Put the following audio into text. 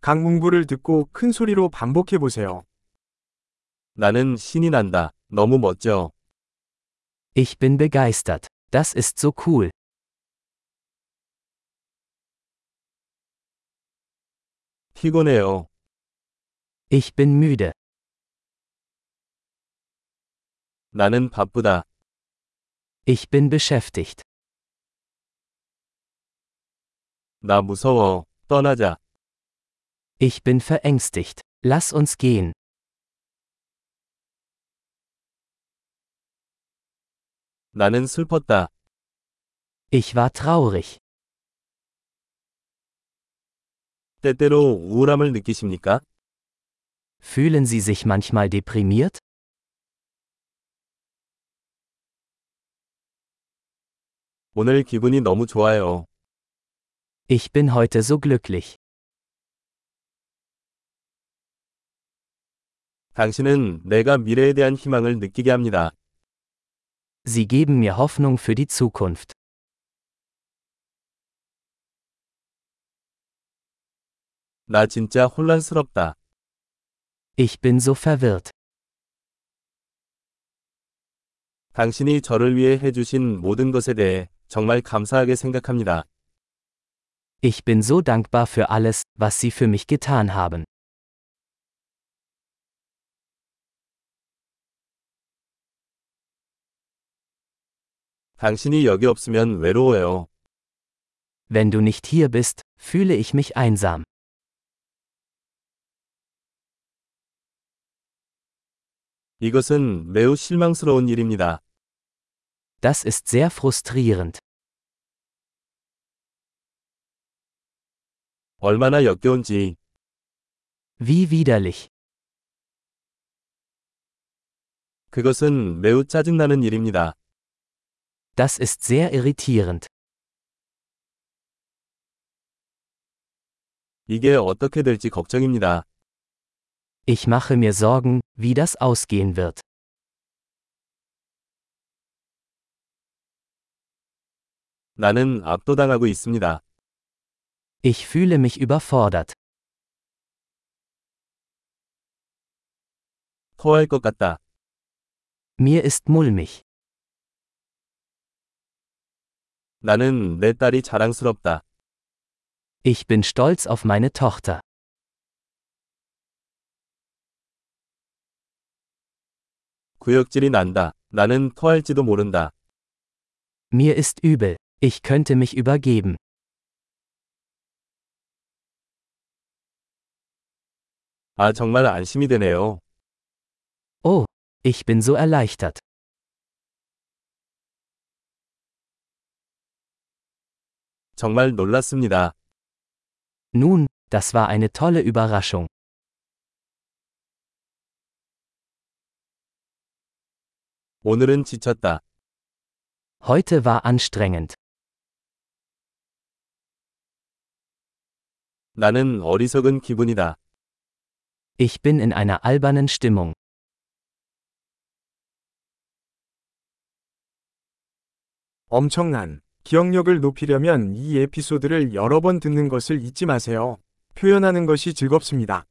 각 문구를 듣고 큰 소리로 반복해 보세요. 나는 신이 난다. 너무 멋져. Ich bin begeistert. Das ist so cool. 피곤해요. Ich bin müde. 나는 바쁘다. Ich bin beschäftigt. 나 무서워. 떠나자. Ich bin verängstigt. Lass uns gehen. 나는 슬펐다. Ich war traurig. 때때로 우울함을 느끼십니까? Fühlen Sie sich manchmal deprimiert? 오늘 기분이 너무 좋아요. Ich bin heute so glücklich. 당신은 내가 미래에 대한 희망을 느끼게 합니다. Sie geben mir Hoffnung für die Zukunft. 나 진짜 혼란스럽다. Ich bin so verwirrt. 당신이 저를 위해 해주신 모든 것에 대해 정말 감사하게 생각합니다. Ich bin so dankbar für alles, was Sie für mich getan haben. 당신이 여기 없으면 외로워요. Wenn du nicht hier bist, fühle ich mich einsam. 이것은 매우 실망스러운 일입니다. Das ist sehr frustrierend. 얼마나 역겨운지. Wie widerlich. 그것은 매우 짜증나는 일입니다. Das ist sehr irritierend. 이게 어떻게 될지 걱정입니다. Ich mache mir Sorgen, wie das ausgehen wird. 나는 압도당하고 있습니다. Ich fühle mich überfordert. 토할 것 같다. Mir ist mulmig. 나는 내 딸이 자랑스럽다. Ich bin stolz auf meine Tochter. 구역질이 난다. 나는 토할지도 모른다. Mir ist übel. Ich könnte mich übergeben. 아, 정말 안심이 되네요. Oh, ich bin so erleichtert. 정말 놀랐습니다. Nun, das war eine tolle Überraschung. 오늘은 지쳤다. Heute war anstrengend. 나는 어리석은 기분이다. Ich bin in einer albernen Stimmung. 엄청난 기억력을 높이려면 이 에피소드를 여러 번 듣는 것을 잊지 마세요. 표현하는 것이 즐겁습니다.